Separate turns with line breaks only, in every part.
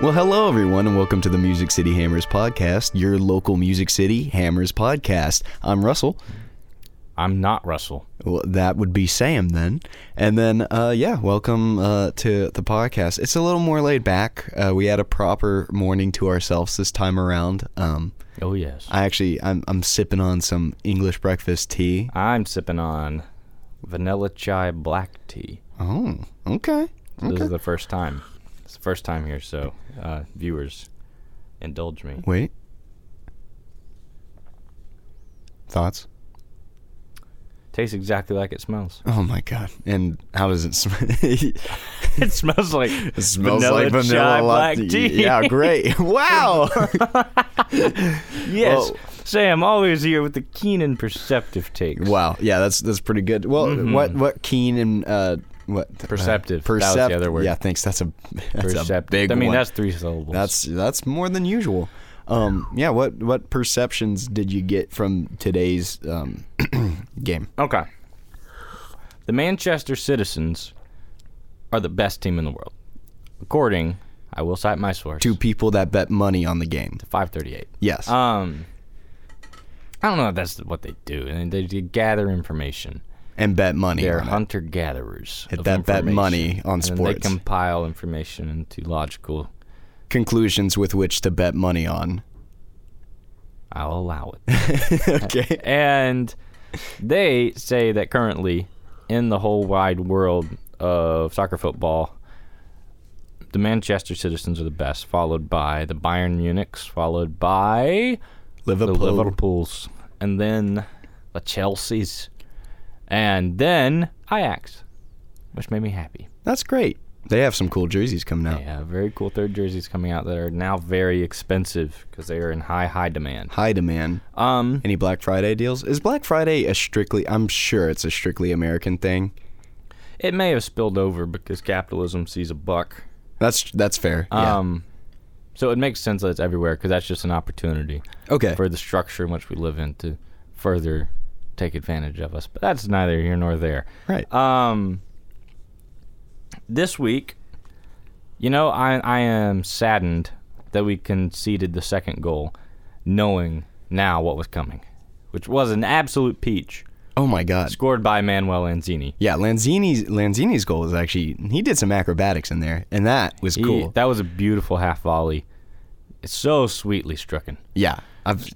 Well, hello, everyone, and welcome to the Music City Hammers podcast, your local Music City Hammers podcast. I'm Russell.
I'm not Russell.
Well, that would be Sam then. And then, uh, yeah, welcome uh, to the podcast. It's a little more laid back. Uh, we had a proper morning to ourselves this time around. Um,
Oh yes.
I actually, I'm, I'm sipping on some English breakfast tea.
I'm sipping on vanilla chai black tea.
Oh, okay.
This is the first time. It's the first time here, so uh, viewers, indulge me.
Wait. Thoughts?
Tastes exactly like it smells.
Oh my god! And how does it smell?
it smells like
It smells like vanilla
chai
latte.
black tea.
Yeah, great. Wow.
yes.
Whoa.
Sam always here with the keen and perceptive takes.
wow. Yeah, that's that's pretty good. Well, what what keen and uh what
Mm-hmm. Perceptive.
Uh,
That was
percept-
the other word.
Yeah, thanks. That's a that's a
Perceptive.
big
I mean,
one.
that's three syllables.
that's that's more than usual. Um yeah, what what perceptions did you get from today's um game?
Okay. The Manchester Citizens are the best team in the world. According, I will cite my source.
To people that bet money on the game.
538.
Yes.
Um I don't know if that's what they do. And they, they gather information.
and bet money.
They're
on it.
hunter gatherers.
Hit that bet money on
They
sports.
compile information into logical.
Conclusions with which to bet money on.
I'll allow it.
okay.
and they say that currently in the whole wide world of soccer football the manchester citizens are the best followed by the bayern munichs followed by the
Liverpool.
liverpools and then the chelseas and then ajax which made me happy
That's great. They have some cool jerseys coming out.
they have very cool third jerseys coming out that are now very expensive because they are in high high demand
High demand.
um
Any Black Friday deals? Is Black Friday a strictly? I'm sure it's a strictly American thing.
it may have spilled over because capitalism sees a buck
That's that's fair. Yeah.
Um, so it makes sense that it's everywhere because that's just an opportunity
Okay.
for the structure in which we live in to further take advantage of us. But that's neither here nor there.
right.
Um, this week, you know, I I am saddened that we conceded the second goal, knowing now what was coming, which was an absolute peach
oh my God.
scored by Manuel Anzini.
Yeah. Lanzini's Lanzini's goal is actually he did some acrobatics in there, and that was
He-
cool.
That was a beautiful half volley. It's so sweetly stricken.
yeah. I've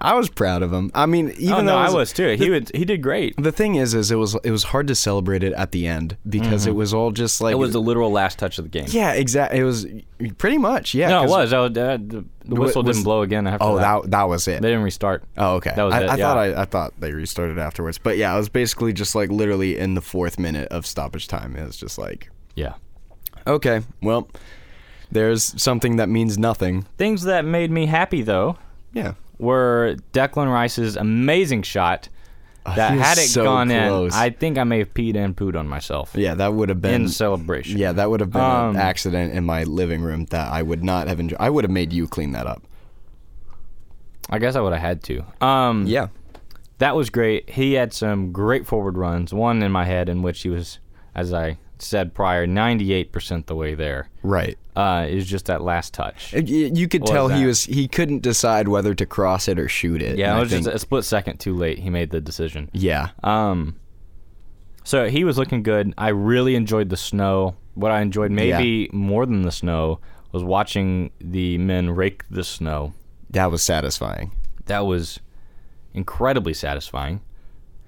I was proud of him. I mean, even
oh,
though
no,
it
I was too. He would, he did great.
The thing is, is it was it was hard to celebrate it at the end because it was all just like
Mm-hmm. It was the literal last touch of the game.
yeah, exactly. It was pretty much yeah.
no, it
'cause-
was. I was- uh, the the whistle
was-
didn't blow again after
Oh,
that.
that that was it.
They didn't restart.
Oh, okay.
That was
I,
it,
I
yeah.
thought I, I thought they restarted afterwards, but yeah, it was basically just like literally in the fourth minute of stoppage time. It was just like,
Yeah.
okay, well, there's something that means nothing.
Things that made me happy though
Yeah,
were Declan Rice's amazing shot. That
Oh, he was
had it
so
gone
close.
in, I think I may have peed and pooed on myself
yeah, that would have been.
in celebration.
yeah, that would have been
Um,
an accident in my living room that I would not have enjoyed. I would have made you clean that up.
I guess I would have had to. Um,
Yeah,
that was great. He had some great forward runs. One in my head in which he was, as I said prior, 98% the way there.
right.
Uh, is just that last touch.
Y- y- You could
What
tell
was
he
that?
was he couldn't decide whether to cross it or shoot it.
Yeah,
and
it
I
was just
think-
a split second too late. He made the decision.
yeah,
Um, so he was looking good. I really enjoyed the snow. What I enjoyed maybe more than the snow was watching the men rake the snow.
that was satisfying.
That was incredibly satisfying.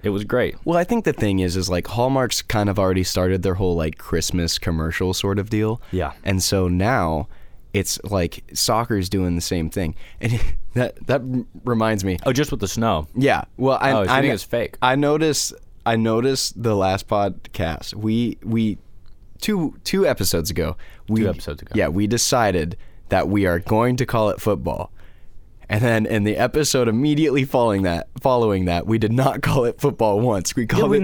It was great.
Well, I think the thing is, is like Hallmark's kind of already started their whole like Christmas commercial sort of deal.
Yeah.
And so now it's like soccer's doing the same thing. And that, that m- reminds me.
Oh, just with the snow.
Yeah. Well, I,
Oh, so you
I,
think it's fake?
I noticed, I noticed the last podcast. We, we, two, two episodes ago, we,
Two episodes ago.
Yeah. We decided that we are going to call it football. And then in the episode immediately following that, following that, we did not call it football once. We called
we
it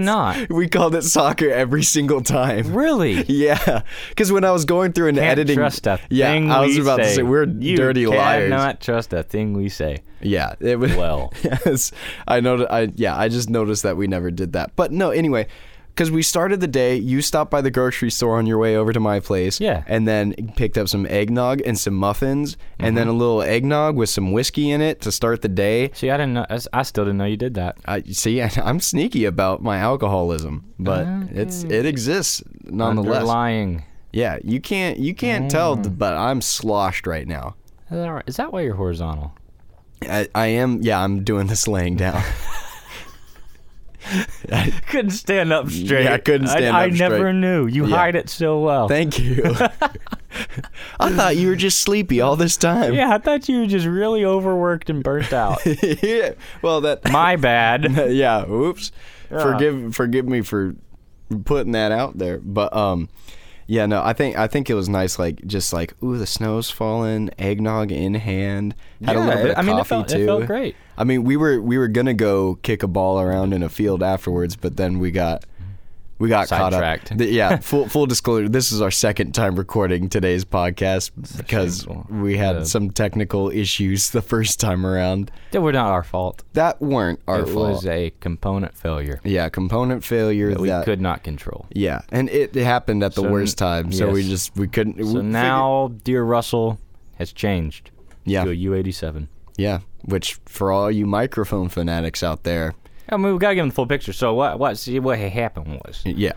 not?
We called it soccer every single time.
Really?
Yeah, because when I was going through and
Can't
editing,
trust a
yeah,
thing
I was
we
about
say.
to say we're
You
dirty liars.
Cannot trust a thing we say.
Yeah, it was.
Well.
yes, I know. I yeah, I just noticed that we never did that. But no, anyway, because we started the day. You stopped by the grocery store on your way over to my place.
Yeah.
And then picked up some eggnog and some muffins, and
Mm-hmm.
then a little eggnog with some whiskey in it to start the day.
See, I didn't know. I s- I still didn't know you did that.
I see. I, I'm sneaky about my alcoholism, but it's it exists nonetheless.
Underlying. Mm.
Yeah, you can't you can't tell, but I'm sloshed right now.
Is that right? Is that why you're horizontal?
I, I am. Yeah, I'm doing this laying down.
Couldn't stand up straight.
I couldn't stand
I,
up
I never
straight.
knew. You
Yeah.
hide it so well.
Thank you. I thought you were just sleepy all this time.
yeah, I thought you were just really overworked and burnt out.
Yeah. Well, that.
My bad.
yeah. Oops.
Yeah.
Forgive forgive me for putting that out there, but um, yeah. No, I think I think it was nice. Like just like ooh, the snow's fallen, eggnog in hand. Had a
Yeah,
little bit
it-
of
I mean, it
coffee
felt-
too.
it felt great.
I mean, we were we were gonna go kick a ball around in a field afterwards, but then we got. We got caught up.
Sidetracked.
Th- yeah, full full disclosure. This is our second time recording today's podcast because
shameful.
we had
Yeah.
some technical issues the first time around
That were not our fault.
that weren't our
it
fault.
was a component failure
Yeah, component failure.
that we
that-
could not control.
Yeah, and it, it happened at the
So
worst
n-
time, so we
yes.
just we couldn't. we
So
figured-
now, dear Russell, has changed
yeah,
to a U87.
yeah. Which for all you microphone fanatics out there,
I mean, we gotta give him the full picture. So what? What? See, what had happened was
yeah,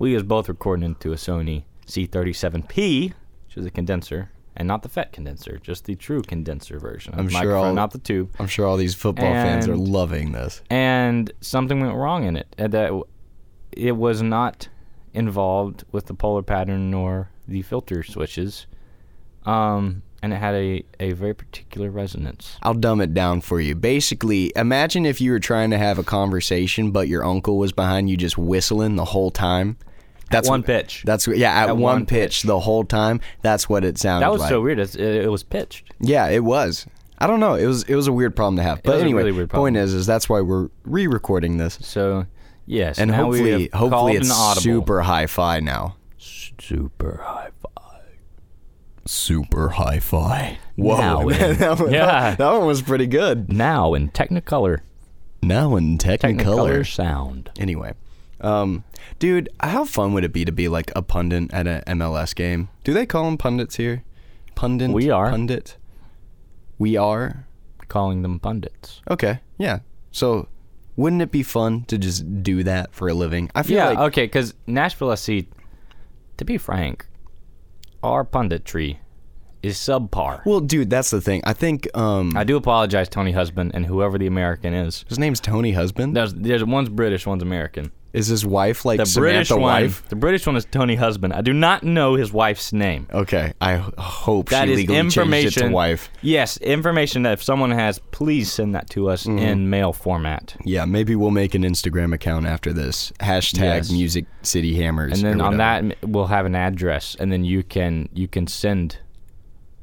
we was both recording into a Sony C37P, which is a condenser, and not the FET condenser, just the true condenser version. of
I'm
the
sure
microphone,
all-
not the tube.
I'm sure all these football fans are
And-
loving this.
And something went wrong in it. and That it was not involved with the polar pattern nor the filter switches, um, and it had a, a very particular resonance.
I'll dumb it down for you. Basically, imagine if you were trying to have a conversation, but your uncle was behind you just whistling the whole time. That's
one
what-
pitch.
That's what- yeah, at,
At
one
one
pitch, the whole time. That's what it sounded
that was
like.
so weird. It's- It, it was pitched.
Yeah, it was. I don't know. It was it was a weird problem to have. But
was a
anyway,
really weird
point is is that's why we're re-recording this.
So yes,
And
now we
hopefully
have called
hopefully
an
it's
audible.
super hi-fi now.
super high five.
Super hi-fi.
Now
Whoa.
it-
that, one,
Yeah.
that one was pretty good.
Now in Technicolor.
Now in
Technicolor
Technicolor.
sound.
Anyway. Um, dude, how fun would it be to be like a pundit at an MLS game? Do they call them pundits here? Pundit.
We are.
Pundit. We are.
Calling them pundits.
Okay. Yeah. So wouldn't it be fun to just do that for a living? I feel
Yeah,
like
okay, because Nashville SC, to be frank, our punditry is subpar.
Well, dude, that's the thing. I think um
I do apologize, Tony Husband, and whoever the American is.
his name's Tony Husband.
There's, there's one's British, one's American.
Is his wife like
The British
Samantha
one,
wife?
the British one is Tony Husband. I do not know his wife's name.
Okay, I h- hope
That
she
is
legally changed it to
information.
wife.
Yes, information that if someone has, please send that to us
Mm-hmm.
in mail format.
Yeah, maybe we'll make an Instagram account after this. Hashtag
Yes.
Music City Hammers.
and then
or
on
whatever.
that m- we'll have an address and then you can you can send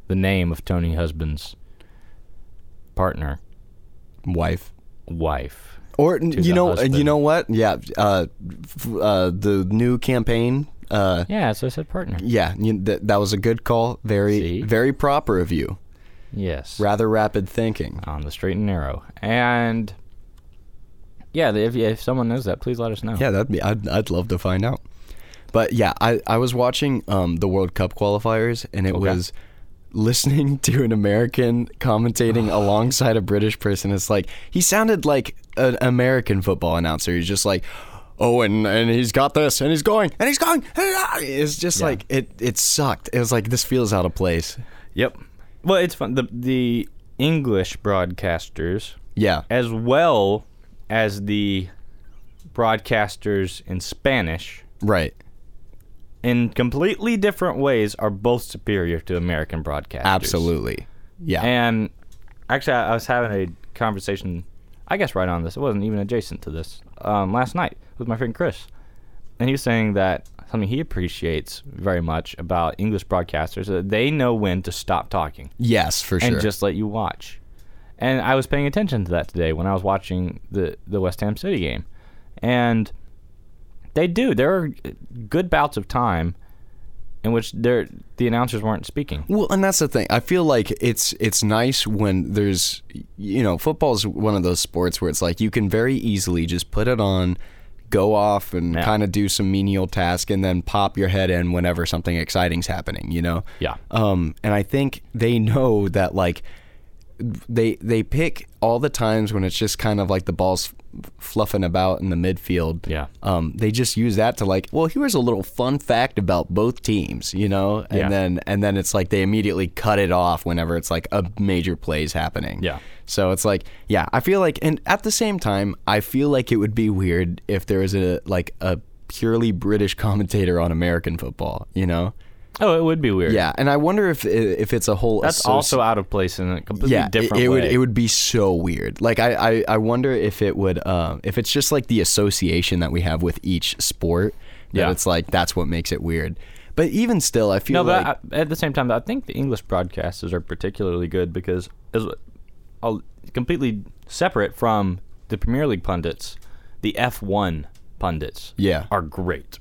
the name of tony husband's partner
wife.
wife
Or n- you
the
know, uh,
husband.
you know what? Yeah, uh, f- uh, the new campaign. Uh,
yeah so i said partner
yeah, you, th- that was a good call. Very,
See?
very proper of you.
yes
Rather rapid thinking.
on the straight and narrow and yeah if, if someone knows that please let us know
Yeah, that'd be. I'd, I'd love to find out. But yeah, I, I was watching um, the World Cup qualifiers, and it was listening to an American commentating alongside a British person. It's like he sounded like an American football announcer. He's just like, oh, and and he's got this, and he's going, and he's going. and ah." It's just like it. It sucked. It was like this feels out of place.
yep well it's fun the the english broadcasters
Yeah,
as well as the broadcasters in spanish
right.
in completely different ways are both superior to American broadcasters.
Absolutely. Yeah.
And actually, I I was having a conversation, I guess, right on this. It wasn't even adjacent to this um, last night with my friend Chris, and he was saying that something he appreciates very much about English broadcasters is that they know when to stop talking
yes, for sure.
and just let you watch. And I was paying attention to that today when I was watching the the West Ham City game, and they do. There are good bouts of time in which there the announcers weren't speaking.
Well, and that's the thing. I feel like it's it's nice when there's you know, football's one of those sports where it's like you can very easily just put it on, go off and
Yeah.
kind of do some menial task and then pop your head in whenever something exciting's happening, you know?
Yeah.
Um, and I think they know that like they they pick all the times when it's just kind of like the ball's f- fluffing about in the midfield.
Yeah.
Um, they just use that to like, well, here's a little fun fact about both teams, you know, and
Yeah.
then and then it's like they immediately cut it off whenever it's like a major play's happening.
Yeah.
So it's like, yeah, I feel like, and at the same time, I feel like it would be weird if there was a like a purely British commentator on American football, you know?
Oh, it would be weird.
Yeah, and I wonder if if it's a whole
That's
associ-
also out of place in a completely
yeah, it-
different
it,
way.
would it would be so weird. Like I, I, I wonder if it would um if it's just like the association that we have with each sport that
Yeah.
it's like that's what makes it weird. But even still, I feel
no, but
like
I, at the same time, I think the English broadcasters are particularly good because as I'll, completely separate from the Premier League pundits, the F1 pundits
Yeah.
are great.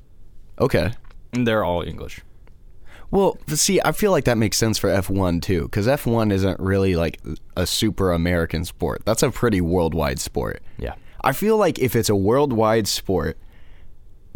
okay.
And they're all English.
Well, but see, I feel like that makes sense for F1 too, because F1 isn't really like a super American sport. That's a pretty worldwide sport.
Yeah.
I feel like if it's a worldwide sport,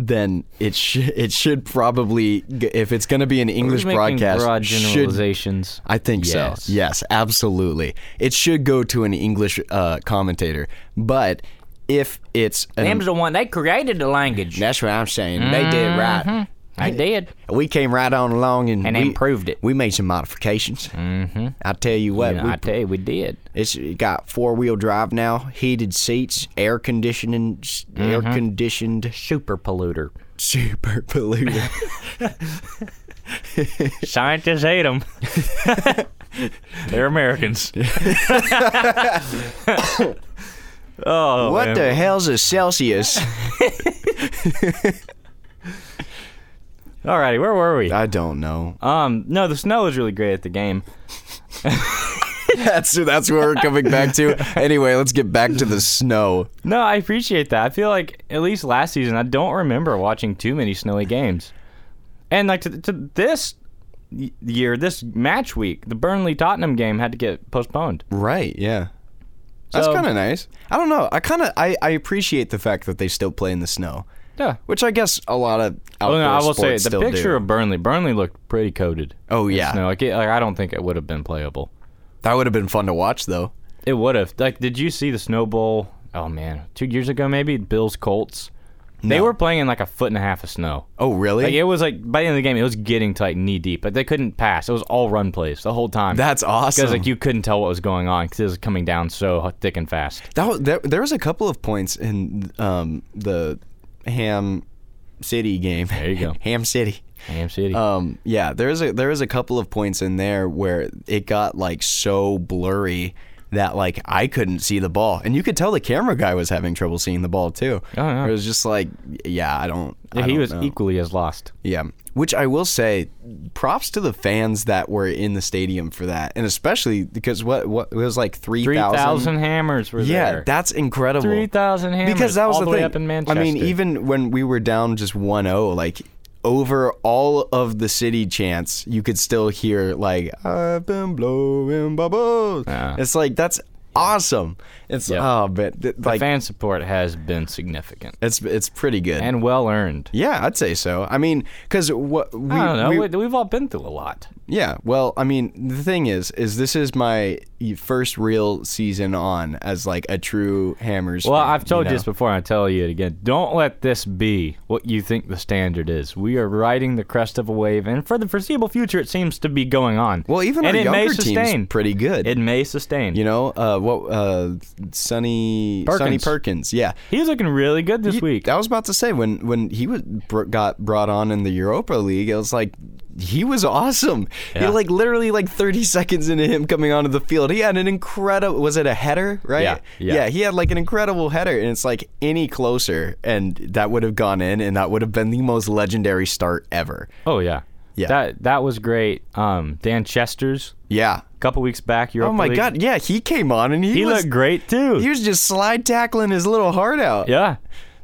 then it should it should probably g- if it's going to be an English
Making
broadcast
broad
should
generalizations.
I think
Yes.
so. Yes, absolutely. It should go to an English uh, commentator, but if it's an,
Them's the one they created the language.
that's what I'm saying. They did right.
I did.
We came right on along and,
And
we,
improved it.
We made some modifications. Mm-hmm. I tell you what,
And
we
I tell you, we did.
It's got four wheel drive now, heated seats, air conditioning, air conditioned
Super polluter.
super polluted.
Scientists hate them. They're Americans. oh,
what
man.
the hell's a Celsius?
Alrighty, where were we?
I don't know.
Um, no, the snow was really great at the game.
That's that's where we're coming back to. Anyway, let's get back to the snow.
No, I appreciate that. I feel like at least last season, I don't remember watching too many snowy games. And like to, to this y- year, this match week, the Burnley Tottenham game had to get postponed.
Right? Yeah. That's
So-
kind of nice. I don't know. I kind of I, I appreciate the fact that they still play in the snow,
Yeah.
which I guess a lot of outdoor
Well, Oh, no, I will say
sports
the
still do.
picture of Burnley. Burnley looked pretty coated.
Oh,
in
yeah.
snow. Like, it, like I don't think it would have been playable.
that would have been fun to watch though.
It would have. Like, did you see the Snow Bowl? Oh man, two years ago maybe Bills Colts. They
No.
were playing in like a foot and a half of snow.
Oh really?
Like it was like by the end of the game, it was getting to like knee deep. Like they couldn't pass. It was all run plays the whole time.
That's awesome.
because like you couldn't tell what was going on because it was coming down so thick and fast.
That was, there, there was a couple of points in um, the Ham City game. There
you go.
Ham City.
Damn city.
Um, yeah, there is a there is a couple of points in there where it got like so blurry that like I couldn't see the ball, and you could tell the camera guy was having trouble seeing the ball too.
Oh, yeah.
It was just like, yeah, I don't. I
yeah, he
don't
was
know.
equally as lost.
Yeah. Which I will say, props to the fans that were in the stadium for that, and especially because what what it was like three
Three
thousand.
thousand hammers were
Yeah,
there.
that's incredible.
three thousand hammers.
Because that was
all
the,
the,
thing.
way up in Manchester.
I mean, even when we were down just 1-0, like over all of the city chants, you could still hear like I've been blowing bubbles.
Yeah.
It's like that's awesome. It's
Yeah.
oh, but th-
the
like
fan support has been significant
it's it's pretty good.
and well earned.
yeah, I'd say so. I mean, because what we,
I don't know.
we-
We, we've all been through a lot.
yeah. Well, I mean, the thing is, is this is my first real season on as like a true Hammers.
Well,
fan,
I've told you,
know?
this before, and I tell you it again. Don't let this be what you think the standard is. We are riding the crest of a wave, and for the foreseeable future, it seems to be going on.
Well, even
and
our
it may
younger
sustain.
team's pretty good.
it may sustain.
You know, uh, what uh, Sonny Sonny
Perkins.
Perkins, yeah.
He's looking really good this
You-
week.
I was about to say when when he was br- got brought on in the Europa League, it was like he was awesome.
Yeah.
He like literally like 30 seconds into him coming onto the field, he had an incredible. Was it a header? Right?
Yeah, yeah.
He had like an incredible header, and it's like any closer, and that would have gone in, and that would have been the most legendary start ever.
Oh yeah.
Yeah.
That that was great. Um, Dan Chester's
Yeah.
a couple weeks back. Europa
Oh my
League,
God! Yeah, he came on and he,
he
was
looked great too.
he was just slide tackling his little heart out.
yeah.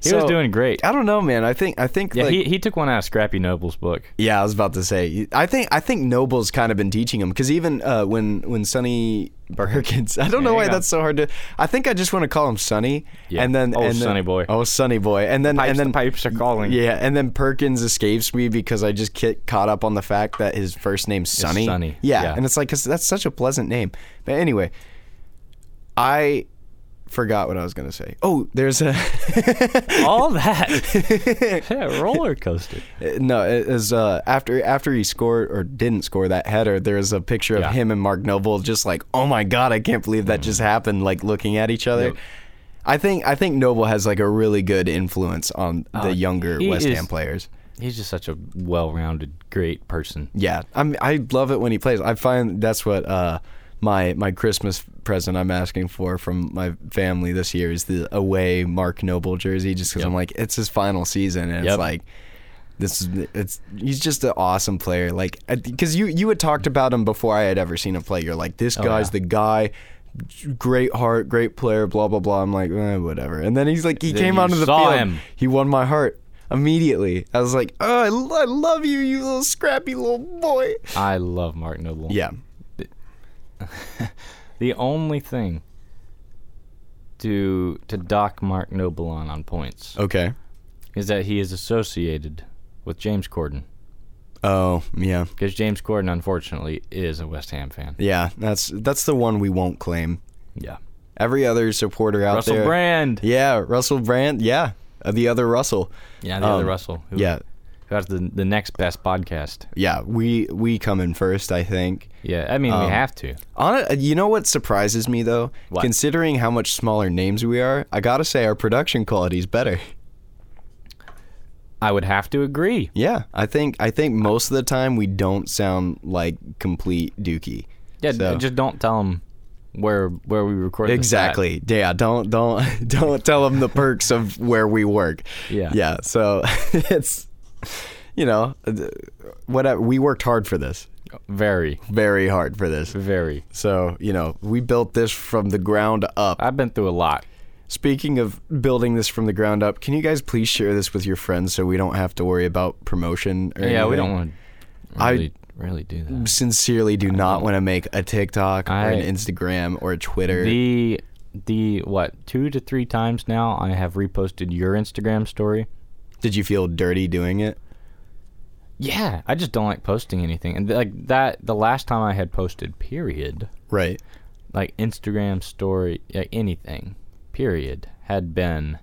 He was doing great.
I don't know, man. I think I think
Yeah,
like,
he, he took one out of Scrappy Noble's book.
Yeah, I was about to say. I think I think Noble's kind of been teaching him because even uh, when when Sonny Perkins, I don't know
Yeah,
why
yeah.
that's so hard to. I think I just want to call him Sonny,
Yeah.
and then
Oh,
and then-
Sonny boy.
oh Sonny boy, and then
Pipes-
and
the
then
pipes are calling.
Yeah, and then Perkins escapes me because I just get caught up on the fact that his first name's Sonny.
Sonny,
Yeah,
yeah.
and it's like 'cause that's such a pleasant name. But anyway, I forgot what I was gonna say. Oh, there's a.
All that. yeah, roller coaster.
Uh, No, it is uh, after after he scored or didn't score that header. There's a picture of
Yeah.
him and Mark Noble just like, oh my god, I can't believe that just happened. Like looking at each other.
Yep.
I think I think Noble has like a really good influence on the younger
Uh, he
West
is-
Ham players.
He's just such a well-rounded, great person.
Yeah, I'm. I love it when he plays. I find that's what uh, my my Christmas present I'm asking for from my family this year is the away Mark Noble jersey. Just because I'm like, it's his final season, and it's
Yep.
like. This is it's he's just an awesome player. Like because you you had talked about him before I had ever seen him play. You're like this guy's
Oh, yeah.
the guy, great heart, great player, blah blah blah. I'm like eh, whatever. And then he's like he
Then
came
you
onto the
saw
field.
him.
He won my heart immediately. I was like, oh, I, lo- I love you, you little scrappy little boy.
I love Mark Noble.
Yeah.
The only thing to to dock Mark Noble on on points
Okay.
is that he is associated with James Corden
Oh, yeah.
because James Corden unfortunately is a West Ham fan.
Yeah, that's that's the one we won't claim.
Yeah.
Every other supporter out
Russell
there.
Brand.
Yeah, Russell Brand. Yeah. Uh, the other Russell.
Yeah, the
Um,
other Russell. Who,
Yeah.
Who has the, the next best podcast.
Yeah, we we come in first, I think.
Yeah, I mean,
Um,
we have to.
On a, you know what surprises me though,
What?
considering how much smaller names we are, I gotta say our production quality's better.
I would have to agree.
Yeah, I think I think most of the time we don't sound like complete dookie.
Yeah,
So-
just don't tell them where where we record. this at.
Exactly. Yeah. Don't don't don't tell them the perks of where we work.
Yeah.
Yeah. So it's you know th- whatever we worked hard for this,
Very,
very hard for
Mm.
this.
very.
So you know we built this from the ground up.
I've been through a lot.
Speaking of building this from the ground up, can you guys please share this with your friends so we don't have to worry about promotion? Or
Yeah,
anything?
we don't want to
I-
really, really do that.
Sincerely, do not want to make a TikTok or
Um, I-
an Instagram or a Twitter.
The the what two to three times now I have reposted your Instagram story.
Did you feel dirty doing it?
Yeah, I just don't like posting anything, and like that. The last time I had posted, period,
Right.
like Instagram story, like anything, period, had been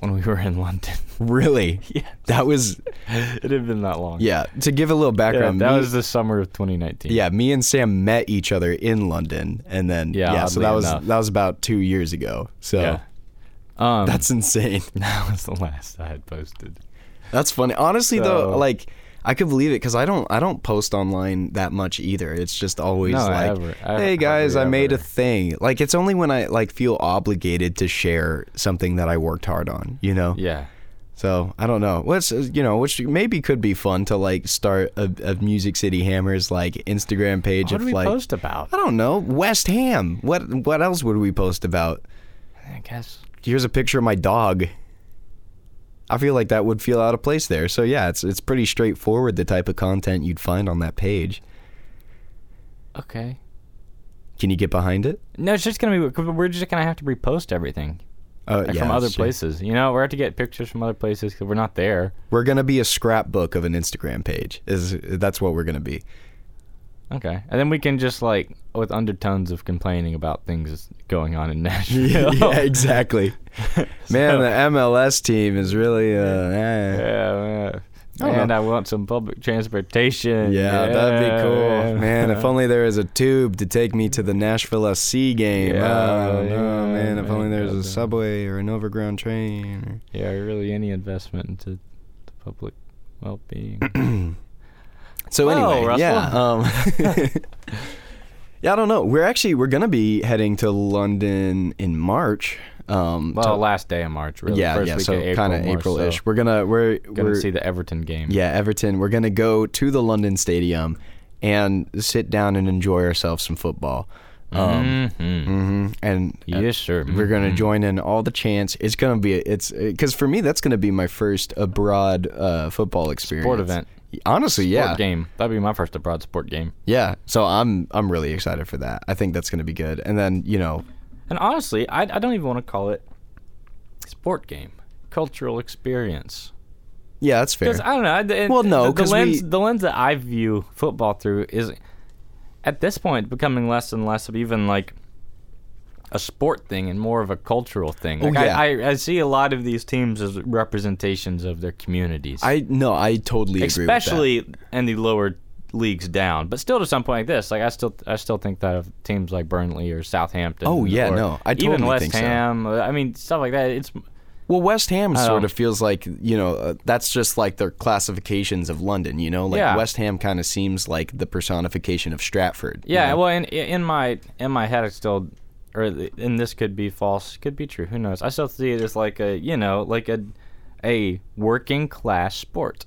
when we were in London.
Really?
Yeah.
That was
it had been that long.
Yeah, to give a little
Yeah,
background,
that
me,
was the summer of 2019.
yeah, me and Sam met each other in London, and then yeah,
Yeah,
so
oddly
that was
enough.
that was about two years ago. So
yeah. Um,
that's insane.
that was the last I had posted.
That's funny. Honestly, though,
So-
like I could believe it because I don't I don't post online that much either. It's just always
No,
like,
ever. I-
hey guys,
hardly
I made a
ever.
thing. Like it's only when I like feel obligated to share something that I worked hard on. You know.
Yeah.
So I don't know. What's you know, which maybe could be fun to like start a, a Music City Hammers like Instagram page
What
of
did we
like
post about?
I don't know. West Ham. What what else would we post about?
I guess.
Here's a picture of my dog. I feel like that would feel out of place there. So yeah, it's it's pretty straightforward the type of content you'd find on that page.
Okay.
Can you get behind it?
No, it's just gonna be. 'cause We're just gonna have to repost everything
Uh,
like,
yeah,
from other
that's true.
places. You know, we're have to get pictures from other places because we're not there.
We're gonna be a scrapbook of an Instagram page. Is that's what we're gonna be.
Okay, and then we can just like with undertones of complaining about things that's going on in
yeah,
Nashville.
exactly. Man, the MLS team is really uh, eh.
yeah, yeah.
I don't
And
know.
I want some public transportation.
Yeah, that'd be cool,
yeah.
man. If only there was a tube to take me to the Nashville SC game.
Yeah,
oh, no,
yeah,
man. If only
man,
there was a
goddamn.
subway or an overground train.
Yeah, really any investment into the public well-being.
Or... So
Oh,
anyway,
Russell.
yeah. Um, yeah, I don't know. We're actually we're gonna be heading to London in March. Um, to-
well, last day of March, really.
yeah,
First
yeah.
week
So
of April,
kind of
March,
April-ish.
So
We're gonna we're
gonna
we're
see the Everton game.
Yeah, Everton. We're gonna go to the London Stadium and sit down and enjoy ourselves some football. Um,
Mhm.
mhm, And
Yes, sir.
we're gonna join in all the chants. It's gonna be a, it's because for me that's gonna be my first abroad uh, football experience.
Mm-hmm. event.
Honestly, yeah,
Sport game. That'd be my first abroad sport game.
yeah. So I'm I'm really excited for that. I think that's gonna be good. And then you know,
And honestly, I, I don't even want to call it sport game. Cultural experience.
yeah, that's fair.
Because I don't know. I- the-
Well, no,
the- the
'cause
lens
we-
the lens that I view football through is at this point becoming less and less of even like a sport thing and more of a cultural thing.
Oh,
Like
yeah.
I, I, I see a lot of these teams as representations of their communities,
I no, I totally agree. with that.
especially in the lower leagues down. But still, to some point like this, like I still I still think that of teams like Burnley or Southampton.
Oh, yeah,
or
no, I
even
totally
West
think so.
Ham. uh, I mean stuff like that. It's
Well, West Ham
I
sort
don't-
of feels like you know uh, that's just like their classifications of London. You know, like
Yeah.
West Ham kind of seems like the personification of Stratford. you
Yeah,
know?
well, in in my in my head, I still, or and this could be false, could be true. Who knows? I still see it as like a you know like a a working class sport.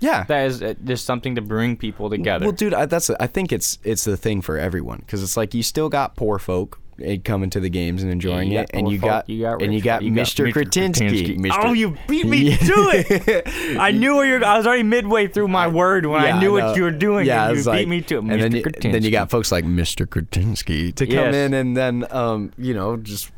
yeah.
That is uh, just something to bring people together.
Well, dude, I, that's I think it's it's the thing for everyone because it's like you still got poor folk eh, coming to the games and enjoying
You got
it, and
poor
you
folk,
got,
you got
and
rich
you got
folk, you got
Mr.
Mr.
Kretinsky.
Kretinsky.
Mr.
Oh, you beat me to
it.
I knew where you're. I was already midway through my word when I knew what you were doing.
Yeah, I
and you
was
beat
like-
me to it,
And
Mr.
Then, you, then you
Kretinsky.
got folks like Mr. Kretinsky to come
Yes.
in and then, um, you know, just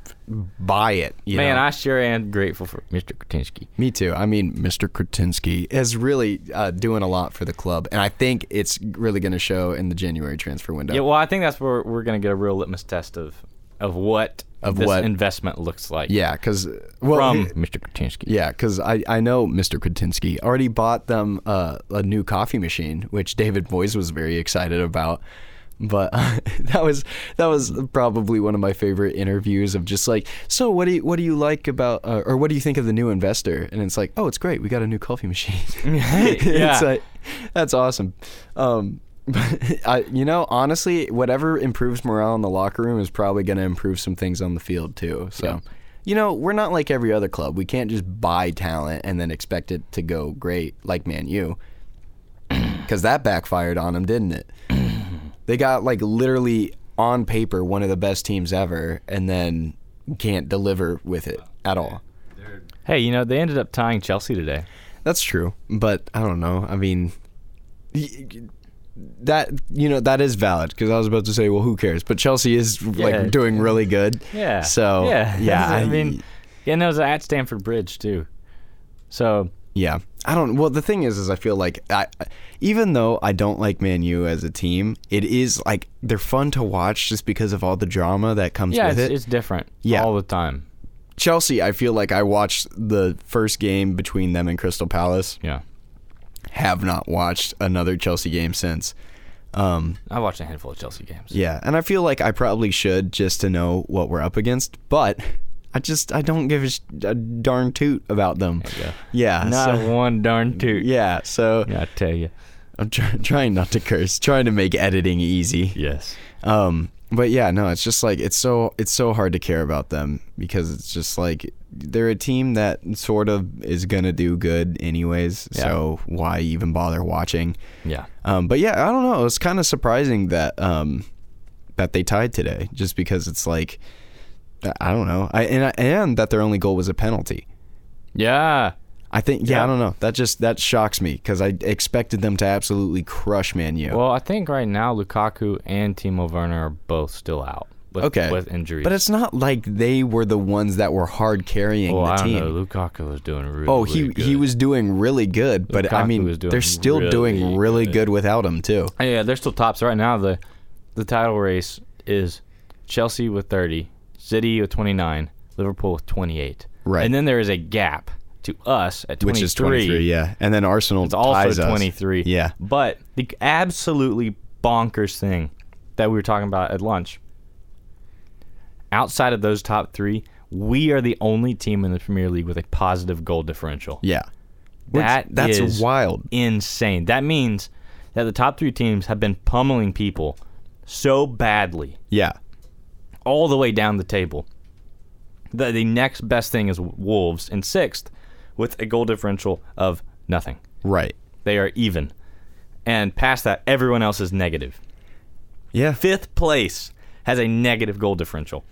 buy it. You
man.
know?
I sure am grateful for Mr. Kretinsky.
Me too. I mean, Mr. Kretinsky is really uh, doing a lot for the club, and I think it's really going to show in the January transfer window.
Yeah, well, I think that's where we're gonna get a real litmus test of of what
Of
this
what-
investment looks like.
yeah, because well,
From
he-
Mr. Kretinsky.
yeah, because I, I know Mr. Kretinsky already bought them uh, a new coffee machine, which David Boyes was very excited about. But that was that was probably one of my favorite interviews of just like, so what do you what do you like about uh, or what do you think of the new investor? And it's like, oh, it's great, we got a new coffee machine.
yeah.
It's like, that's awesome. Um, I, you know, honestly, whatever improves morale in the locker room is probably going to improve some things on the field too. So, you know, we're not like every other club. We can't just buy talent and then expect it to go great like Man U, because that backfired on them, didn't it? they got like literally on paper one of the best teams ever, and then can't deliver with it at all.
Hey, you know, they ended up tying Chelsea today.
That's true, but I don't know. I mean, y- y- that you know that is valid because I was about to say, well, who cares? But Chelsea is
Yeah.
like doing really good.
Yeah.
So
yeah,
yeah.
I mean, yeah, and it was at Stanford Bridge too. So
yeah. I don't. Well, the thing is, is I feel like I, even though I don't like Man U as a team, it is like they're fun to watch just because of all the drama that comes
yeah,
with
it's,
it.
it's different.
Yeah.
all the time.
Chelsea, I feel like I watched the first game between them and Crystal Palace.
Yeah,
Have not watched another Chelsea game since. Um,
I watched a handful of Chelsea games.
Yeah, and I feel like I probably should just to know what we're up against, but I just I don't give a, sh- a darn toot about them.
you go.
Yeah,
not
so,
one darn toot.
yeah. So
Yeah, I tell you.
I'm try- trying not to curse, trying to make editing easy.
Yes.
Um, but yeah, no, it's just like it's so it's so hard to care about them because it's just like they're a team that sort of is gonna do good anyways.
Yeah.
So why even bother watching?
Yeah.
Um, but yeah, I don't know. It's kind of surprising that um, that they tied today, just because it's like I- I don't know. I and I, and that their only goal was a penalty.
Yeah.
I think yeah,
Yeah.
I don't know. That just that shocks me because I expected them to absolutely crush Man U.
Well, I think right now Lukaku and Timo Werner are both still out. With,
Okay.
With injuries.
but it's not like they were the ones that were hard carrying
well,
the
I don't
team.
know. Lukaku was doing really.
Oh, he
good.
he was doing really good, but I
Lukaku
mean
was doing
they're still
really
doing really good.
good.
without him too.
Uh, Yeah, they're still tops right now. The the title race is Chelsea with 30, City with 29, Liverpool with 28.
Right.
And then there is a gap to us at 23.
Which is twenty three, yeah, and then Arsenal
It's also
ties us.
23.
Yeah,
But the absolutely bonkers thing that we were talking about at lunch outside of those top 3, we are the only team in the Premier League with a positive goal differential.
yeah. Which-
That
that's
is
wild.
insane. That means that the top three teams have been pummeling people so badly
Yeah.
all the way down the table. The, the next best thing is Wolves in sixth with a goal differential of nothing.
Right.
They are even. And past that, everyone else is negative.
Yeah.
Fifth place has a negative goal differential.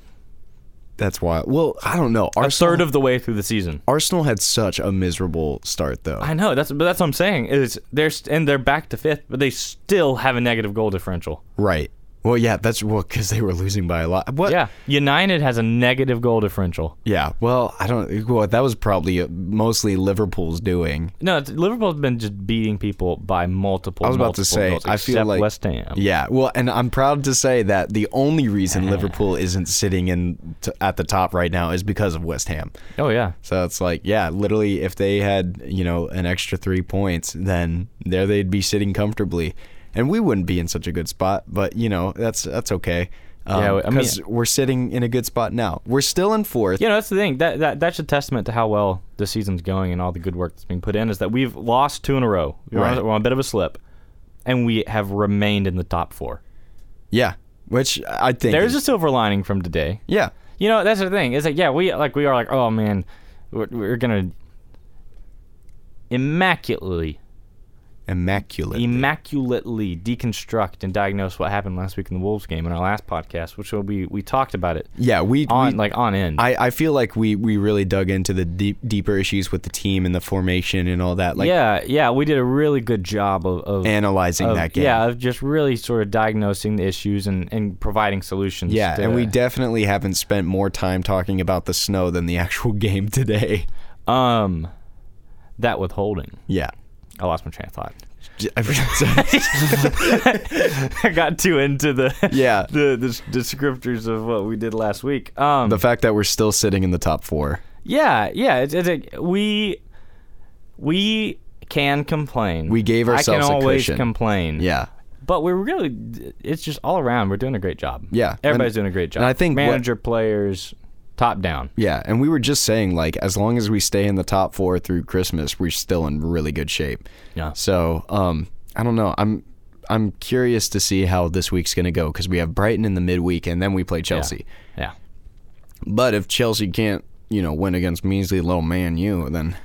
That's why. Well, I don't know. Arsenal,
Third of the way through the season.
Arsenal had such a miserable start, though.
I know that's but that's what I'm saying is they're st- and they're back to fifth, but they still have a negative goal differential.
right. Well, yeah, that's well because they were losing by a lot. What?
Yeah, United has a negative goal differential.
Yeah. Well, I don't. Well, that was probably uh, mostly Liverpool's doing.
No, it's, Liverpool's been just beating people by multiple.
I was about to
multiple
say,
goals,
I feel
except
like-
West Ham.
Yeah. Well, and I'm proud to say that the only reason Liverpool isn't sitting in t- at the top right now is because of West Ham.
Oh yeah,
So it's like, yeah, literally, if they had you know an extra three points, then there they'd be sitting comfortably, and we wouldn't be in such a good spot. But you know, that's that's okay. Um,
Yeah, I mean-
'cause we're sitting in a good spot now. We're still in fourth.
you know that's the thing that, that that's a testament to how well the season's going and all the good work that's being put in is that we've lost two in a row. We're,
Right.
on, we're on a bit of a slip, and we have remained in the top four.
Yeah, which I think
There's a
is-
silver lining from today.
yeah,
You know, that's the thing. It's like, yeah, we like we are like, oh man, we're, we're gonna immaculately,
immaculate.
immaculately deconstruct and diagnose what happened last week in the Wolves game in our last podcast, which will be we talked about it
yeah, we
on
we-
like on end.
I, I feel like we, we really dug into the deep, deeper issues with the team and the formation and all that, like
yeah, yeah, we did a really good job of, of
analyzing
of-
that game.
Yeah, of just really sort of diagnosing the issues and, and providing solutions.
Yeah,
to-
and we definitely haven't spent more time talking about the snow than the actual game today.
um that withholding.
Yeah.
I lost my train of thought.
yeah.
I got too into the the, the descriptors of what we did last week. Um,
The fact that we're still sitting in the top four.
yeah, yeah. It's, it's a, we we can complain.
We gave
I
ourselves a
can always
cushion.
complain.
Yeah.
but we're really. It's just all around. We're doing a great job.
Yeah,
everybody's
and-
doing a great job.
and I think what-
manager, players, top down.
Yeah. And we were just saying, like, as long as we stay in the top four through Christmas, we're still in really good shape.
Yeah.
So, um, I don't know. I'm I'm curious to see how this week's gonna go because we have Brighton in the midweek and then we play Chelsea.
Yeah.
But if Chelsea can't, you know, win against measly little man U, then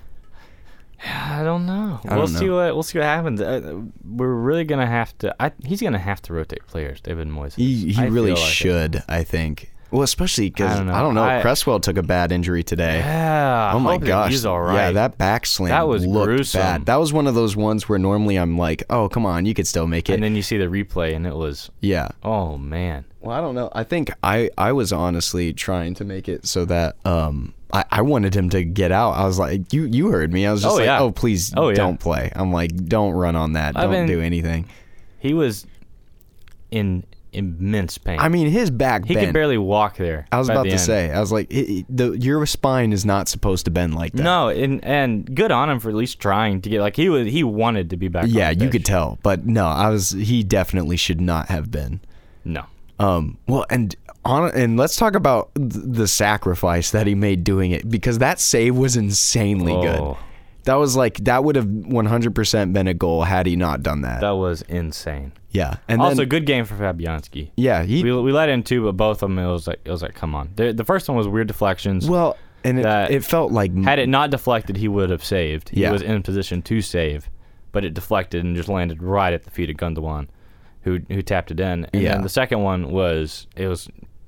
I don't know.
I
we'll
don't
see
know.
what we'll see what happens. Uh, we're really gonna have to. I, he's gonna have to rotate players. David Moyes.
he,
I
he really
feel like it.
should, I think. Well, especially because
I
I
don't
don't
know.
know.
I-
Cresswell took a bad injury today.
Yeah.
Oh my
hopefully
gosh.
He's all right.
Yeah, that back slam
That was
looked
gruesome.
bad. That was one of those ones where normally I'm like, "Oh, come on, you could still make it."
And then you see the replay, and it was,
yeah.
oh man.
Well, I don't know. I think I I was honestly trying to make it so that um I, I wanted him to get out. I was like, "You you heard me." I was just
Oh,
like,
yeah.
"Oh, please
Oh, yeah.
don't play." I'm like, "Don't run on that.
I
don't
mean-
do anything."
He was in immense pain.
I mean, his back
he
bent.
could barely walk there.
I was
at
about
the
to
end.
say. I was like, it, it- the your spine is not supposed to bend like that.
No, and and good on him for at least trying to get like he was. He wanted to be back.
Yeah,
on the
you could
bench.
tell, but no, I was. He definitely should not have been.
No.
Um, well, and on and let's talk about th- the sacrifice that he made doing it because that save was insanely
Oh.
good. That was like that would have 100% been a goal had he not done that.
That was insane.
yeah, and
also,
then
good game for Fabianski.
yeah, he
we, we let in two, but both of them it was like it was like come on. The, the first one was weird deflections.
well, and it,
that-
it felt like
Had it not deflected, he would have saved. He
Yeah.
was in position to save, but it deflected and just landed right at the feet of Gundawan, who who tapped it in. And
Yeah.
then the second one was it was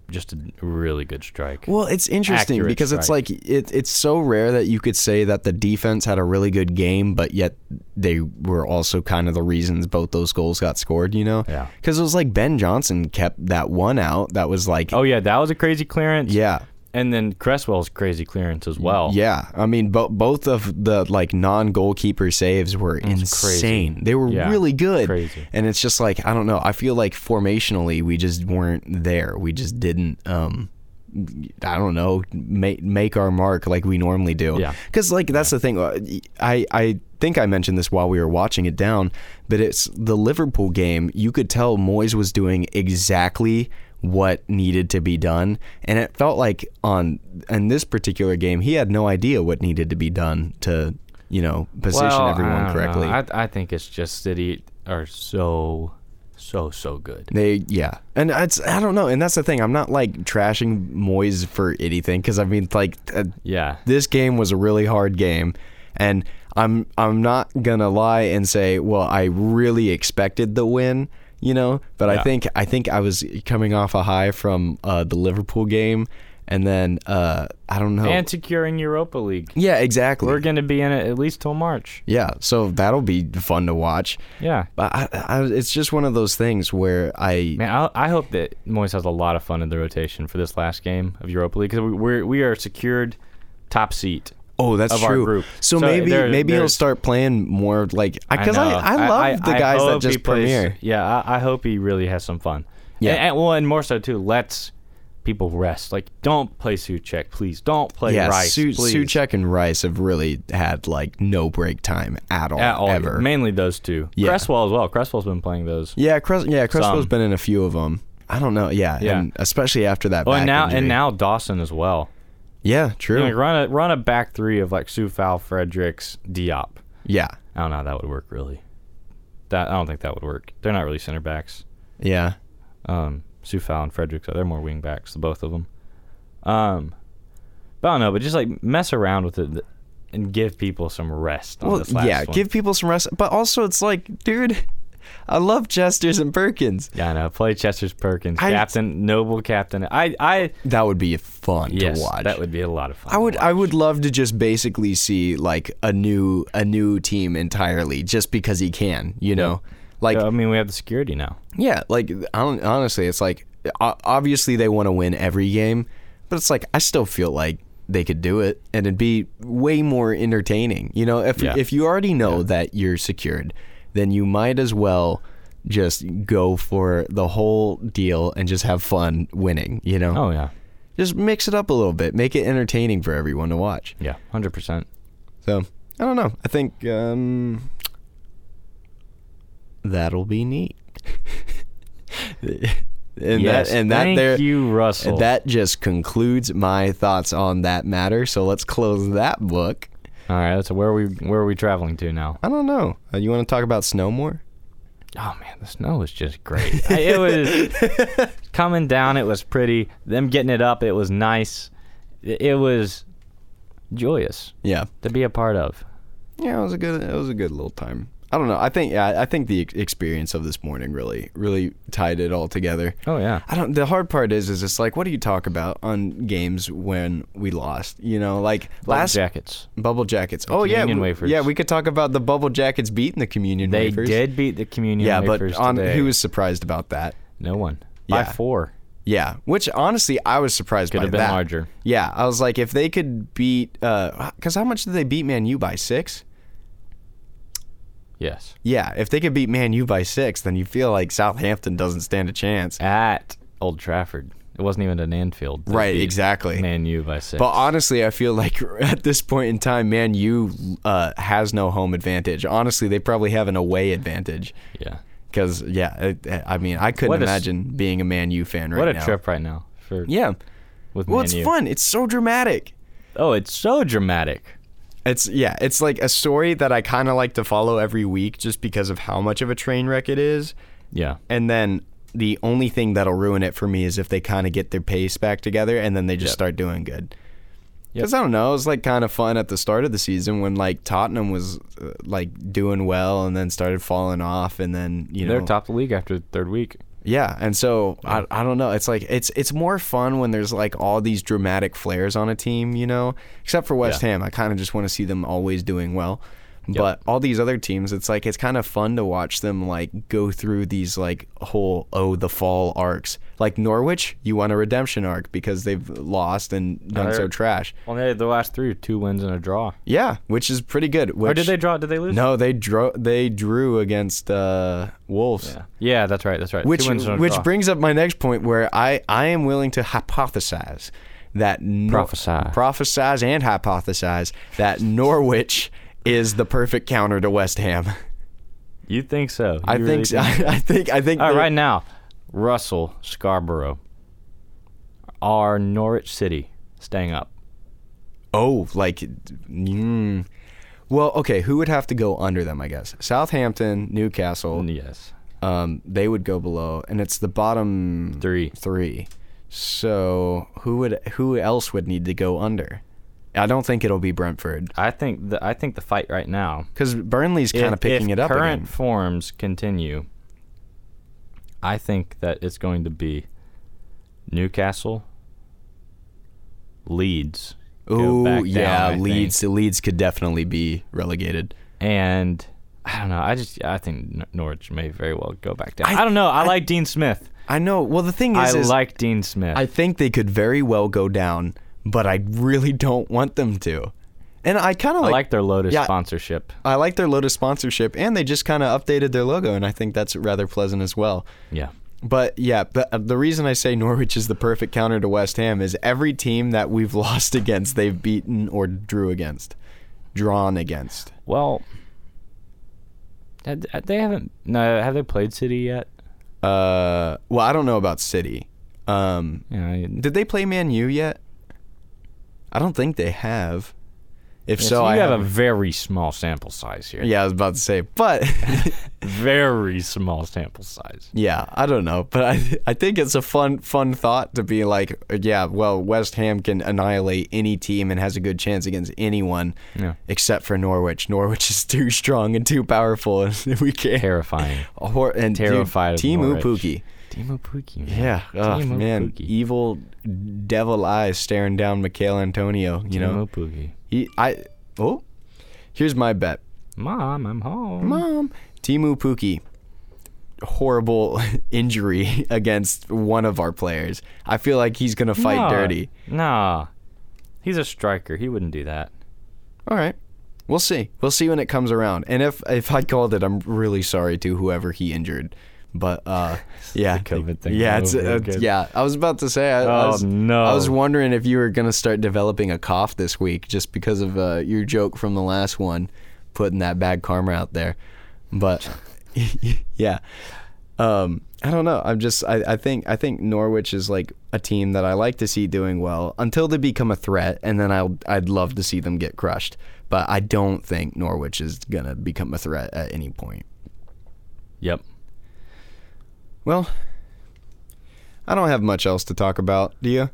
just a really good strike.
Well, it's interesting
accurate
because it's
strike.
like it, it's so rare that you could say that the defense had a really good game, but yet they were also kind of the reasons both those goals got scored. You know,
Yeah.
Because it was like Ben Johnson kept that one out. That was like,
oh yeah, that was a crazy clearance.
yeah,
And then Cresswell's crazy clearance as well.
yeah. I mean, bo- both of the like non-goalkeeper saves were insane. They were
Yeah.
really good.
Crazy.
And it's just like I don't know. I feel like formationally we just weren't there. We just didn't. um I don't know, make make our mark like we normally do.
Yeah.
Because like that's the thing. uh, I I think I mentioned this while we were watching it down, but it's the Liverpool game. You could tell Moyes was doing exactly what needed to be done, and it felt like on in this particular game he had no idea what needed to be done to you know position
Well, I
everyone
don't
correctly.
know. I, I think it's just City are so so so good.
They yeah, and it's I don't know, and that's the thing. I'm not like trashing Moyes for anything because I mean like uh,
Yeah.
this game was a really hard game, and I'm I'm not gonna lie and say well I really expected the win. you know. But I
Yeah.
think I think I was coming off a high from uh, the Liverpool game, and then uh, I don't know.
and securing Europa League.
yeah, exactly.
We're going to be in it at least till March.
yeah, so that'll be fun to watch.
Yeah.
But I, I, it's just one of those things where I
Man, I, I hope that Moyes has a lot of fun in the rotation for this last game of Europa League because we, we're we are secured top seat.
oh that's
of our
true.
group.
So,
So
maybe
there-
maybe he'll
there's-
start playing more like because I,
know.
I, love the
I
guys that
hope he
just
plays-
premiere.
Yeah, I, I hope he really has some fun.
Yeah.
Yeah, and, and- well, and more so too. Let's people rest. Like, don't play Suchek, please. Don't play
Yeah,
Rice,
Su-
please.
Suchek and Rice have really had like no break time at all,
At all,
ever.
Mainly those two.
Yeah.
Cresswell as well. Cresswell's been playing those.
Yeah, Cres- yeah, Crespo's
Some.
been in a few of them. I don't know. Yeah,
Yeah.
and especially after that.
Oh,
back
and now
injury.
and now Dawson as well.
Yeah, true.
You know, like, run a run a back three of like Sufal, Fredericks, Diop.
yeah,
I don't know how that would work really. That I don't think that would work. They're not really center backs.
yeah,
Um, Sufal and Fredericks, they're more wing backs, the both of them. Um, but I don't know. But just like mess around with it and give people some rest. On
well,
Oh, this last
yeah.
one.
Give people some rest, but also it's like, dude, I love Chester's and Perkins.
Yeah, I know. Play Chester's Perkins,
I-
captain, noble captain. I, I,
That would be fun
yes,
to watch.
that would be a lot of fun.
I
to
would
watch.
I would love to just basically see like a new a new team entirely just because he can, you know. Like
I mean, we have the security now.
Yeah, like I don't, honestly, it's like o- obviously they want to win every game, but it's like I still feel like they could do it, and it'd be way more entertaining. You know, if
Yeah.
if you already know that you're secured, then you might as well just go for the whole deal and just have fun winning. You know,
Oh yeah,
just mix it up a little bit, make it entertaining for everyone to watch.
yeah, hundred percent.
So I don't know. I think um, that'll be neat. and
Yes,
that and that
thank
there
you, Russell.
that just concludes my thoughts on that matter. So let's close that book.
All right, so where are we where are we traveling to now?
I don't know. Uh, you want to talk about snow more?
Oh man, the snow was just great. I- it was coming down. It was pretty. Them getting it up. It was nice. It, it was joyous
Yeah.
to be a part of.
Yeah, it was a good it was a good little time. I don't know. I think yeah, I think the ex- experience of this morning really really tied it all together.
Oh yeah.
I don't. The hard part is, is it's like, what do you talk about on games when we lost? You know, like last
jackets.
bubble jackets. Oh yeah,
communion
we-
wafers.
yeah. We could talk about the bubble jackets beating the communion
They
wafers.
did beat the communion.
Yeah, but
wafers
on
today.
who was surprised about that?
no one
Yeah.
by four.
Yeah, which honestly, I was surprised
Could
by
have been
that.
larger.
Yeah, I was like, if they could beat, because how much did they beat Man U by six?
Yes.
Yeah, if they could beat Man U by six, then you feel like Southampton doesn't stand a chance.
At Old Trafford, it wasn't even an Anfield. They
Right,
beat
exactly.
Man U by six.
But honestly, I feel like at this point in time, Man U uh, has no home advantage. Honestly, they probably have an away advantage.
yeah.
Because yeah, it, I mean, I couldn't
What a s-
imagine being a Man U fan right
What a
now.
trip right now for
Yeah.
with
Well,
Man
it's
U.
fun. It's so dramatic.
Oh, it's so dramatic.
It's yeah, it's like a story that I kind of like to follow every week just because of how much of a train wreck it is.
Yeah.
And then the only thing that'll ruin it for me is if they kind of get their pace back together and then they just
Yep.
start doing good.
Yep.
Because I don't know, it was like kind of fun at the start of the season when like Tottenham was uh, like doing well and then started falling off and then you know
They're top of the league after the third week.
yeah, and so I, I don't know. It's like it's it's more fun when there's like all these dramatic flares on a team, you know. Except for West
Yeah.
Ham, I kind of just want to see them always doing well. But all these other teams, it's like it's kind of fun to watch them like go through these like whole oh the fall arcs. Like Norwich, you want a redemption arc because they've lost and done so
they're-
trash.
Well, they had the last three two wins and a draw.
Yeah, which is pretty good. Which,
Or did they draw? Did they lose?
No, they drew. They drew against uh, Wolves.
Yeah, yeah that's right. That's right. Two
which
wins and a
which
draw.
brings up my next point where I I am willing to hypothesize that Nor-
Prophesy.
prophesize and hypothesize that Norwich is the perfect counter to West Ham.
you think so? You
I think,
really
so. I, think I think
All right,
they're-
right now, Russell Scarborough, are Norwich City staying up?
Oh, like mm, well, okay, who would have to go under them, I guess? Southampton, Newcastle,
Yes,
um, they would go below and it's the bottom
three.
three. So, who would who else would need to go under? I don't think it'll be Brentford.
I think the I think the fight right now.
Because Burnley's kind
if-
of picking
if
it up.
Current
again.
forms continue. I think that it's going to be Newcastle, Leeds, go
Oh
back down, I
yeah,
think.
Leeds. Leeds could definitely be relegated.
and I don't know. I just I think Nor- Norwich may very well go back down.
I-
I, don't know. I, like Dean Smith.
I know. Well, the thing
I
is, is
like Dean Smith.
I think they could very well go down, but I really don't want them to. And I kind of
I
like,
like their Lotus
yeah.
sponsorship.
I like their Lotus sponsorship, and they just kind of updated their logo, and I think that's rather pleasant as well.
Yeah.
But yeah, the, uh, the reason I say Norwich is the perfect counter to West Ham is every team that we've lost against, they've beaten or drew against, drawn against.
Well, had- had- they haven't. No, have they played City yet?
Uh, well, I don't know about City. Um,
You know, you-
did they play Man U yet? I don't think they have. If
so
so, I
you have a
haven't-
very small sample size here.
yeah, I was about to say, but
Very small sample size.
Yeah, I don't know, but I I think it's a fun fun thought to be like, yeah, well, West Ham can annihilate any team and has a good chance against anyone,
Yeah.
except for Norwich. Norwich is too strong and too powerful, and we can't.
Terrifying.
Hor- and dude,
Terrified of
Timu
Norwich.
Puki.
Timo Pukki. man.
Yeah, oh,
Timu
man,
Pukki.
evil devil eyes staring down Mikhail Antonio. You know,
Timo Pukki.
he I oh, here's my bet.
Mom, I'm home.
Mom, Timu Puki, horrible injury against one of our players. I feel like he's gonna fight
Nah.
dirty.
Nah. He's a striker. He wouldn't do that.
All right, we'll see. We'll see when it comes around. And if if I called it, I'm really sorry to whoever he injured. But uh, yeah,
COVID thing
Yeah, it's,
over
uh,
again.
yeah. I was about to say. I, I
Oh,
was,
no.
I was wondering if you were gonna start developing a cough this week just because of uh, your joke from the last one, putting that bad karma out there. But yeah, um, I don't know. I'm just. I, I think. I think Norwich is like a team that I like to see doing well until they become a threat, and then I'll. I'd love to see them get crushed. But I don't think Norwich is gonna become a threat at any point.
Yep.
Well, I don't have much else to talk about. Do you?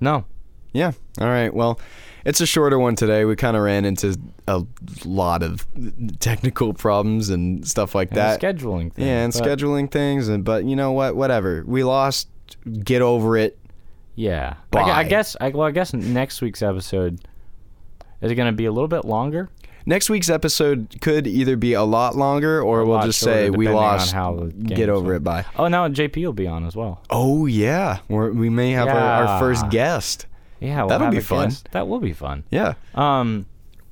No.
Yeah. All right. Well, it's a shorter one today. We kind of ran into a lot of technical problems and stuff like
And
that.
scheduling thing.
yeah, and
but-
scheduling things. And but you know what? Whatever. We lost. Get over it.
Yeah. I, gu- I
Bye.
guess. I, well, I guess next week's episode is going to be a little bit longer.
Next week's episode could either be a lot longer, or we'll
lot
just
Uh, shorter,
say we
depending on
lost.
how the games
get over
went.
it. Bye.
Oh, now JP will be on as well.
Oh yeah, We're, we may have our, our first
Yeah.
guest.
Yeah, we'll
That'll
have
be
a
fun.
guest. That will be fun.
Yeah.
Um,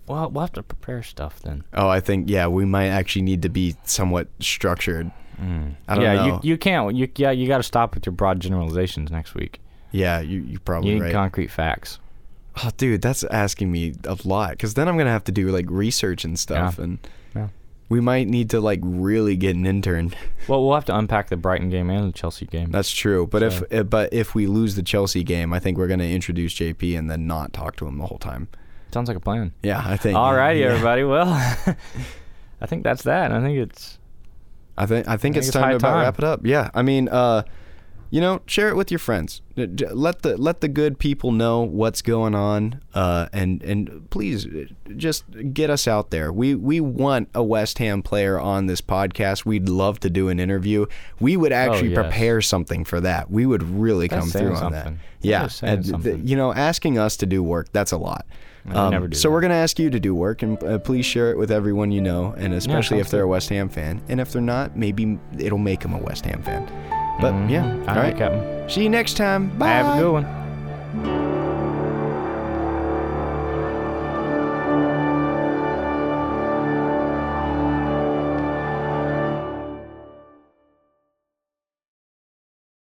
well, we'll have to prepare stuff then.
Oh, I think yeah, we might actually need to be somewhat structured. Hmm. I don't
yeah,
know.
you you can't. You yeah, you got to stop with your broad generalizations next week.
yeah, you you
You
probably
need
right.
concrete facts.
Oh, dude, that's asking me a lot because then I'm gonna have to do like research and stuff,
Yeah.
and
Yeah.
we might need to like really get an intern.
Well, we'll have to unpack the Brighton game and the Chelsea game.
That's true. But if if but if we lose the Chelsea game, I think we're gonna introduce JP and then not talk to him the whole time.
Sounds like a plan.
Yeah, I think.
Alrighty,
yeah.
everybody. Well, I think that's that. I think it's
I think I think
I
it's,
think it's
time
high
to about
time.
wrap it up. Yeah, I mean, uh, you know, share it with your friends. D- d- Let the let the good people know what's going on, uh, and and please uh, just get us out there. We we want a West Ham player on this podcast. We'd love to do an interview. We would actually
Oh, yes.
prepare something for that. We would really
That's
come
saying
through on that.
something. That
Yeah,
is saying
and th-
something.
you know, asking us to do work that's a lot. Um,
never do
so
that.
we're gonna ask you to do work, and uh, please share it with everyone you know, and especially if
sounds
they're a West Ham fan, and if they're not, maybe it'll make them a West Ham fan. But yeah,
all right, Captain.
See you next time. Bye.
Have a good one.
Bye.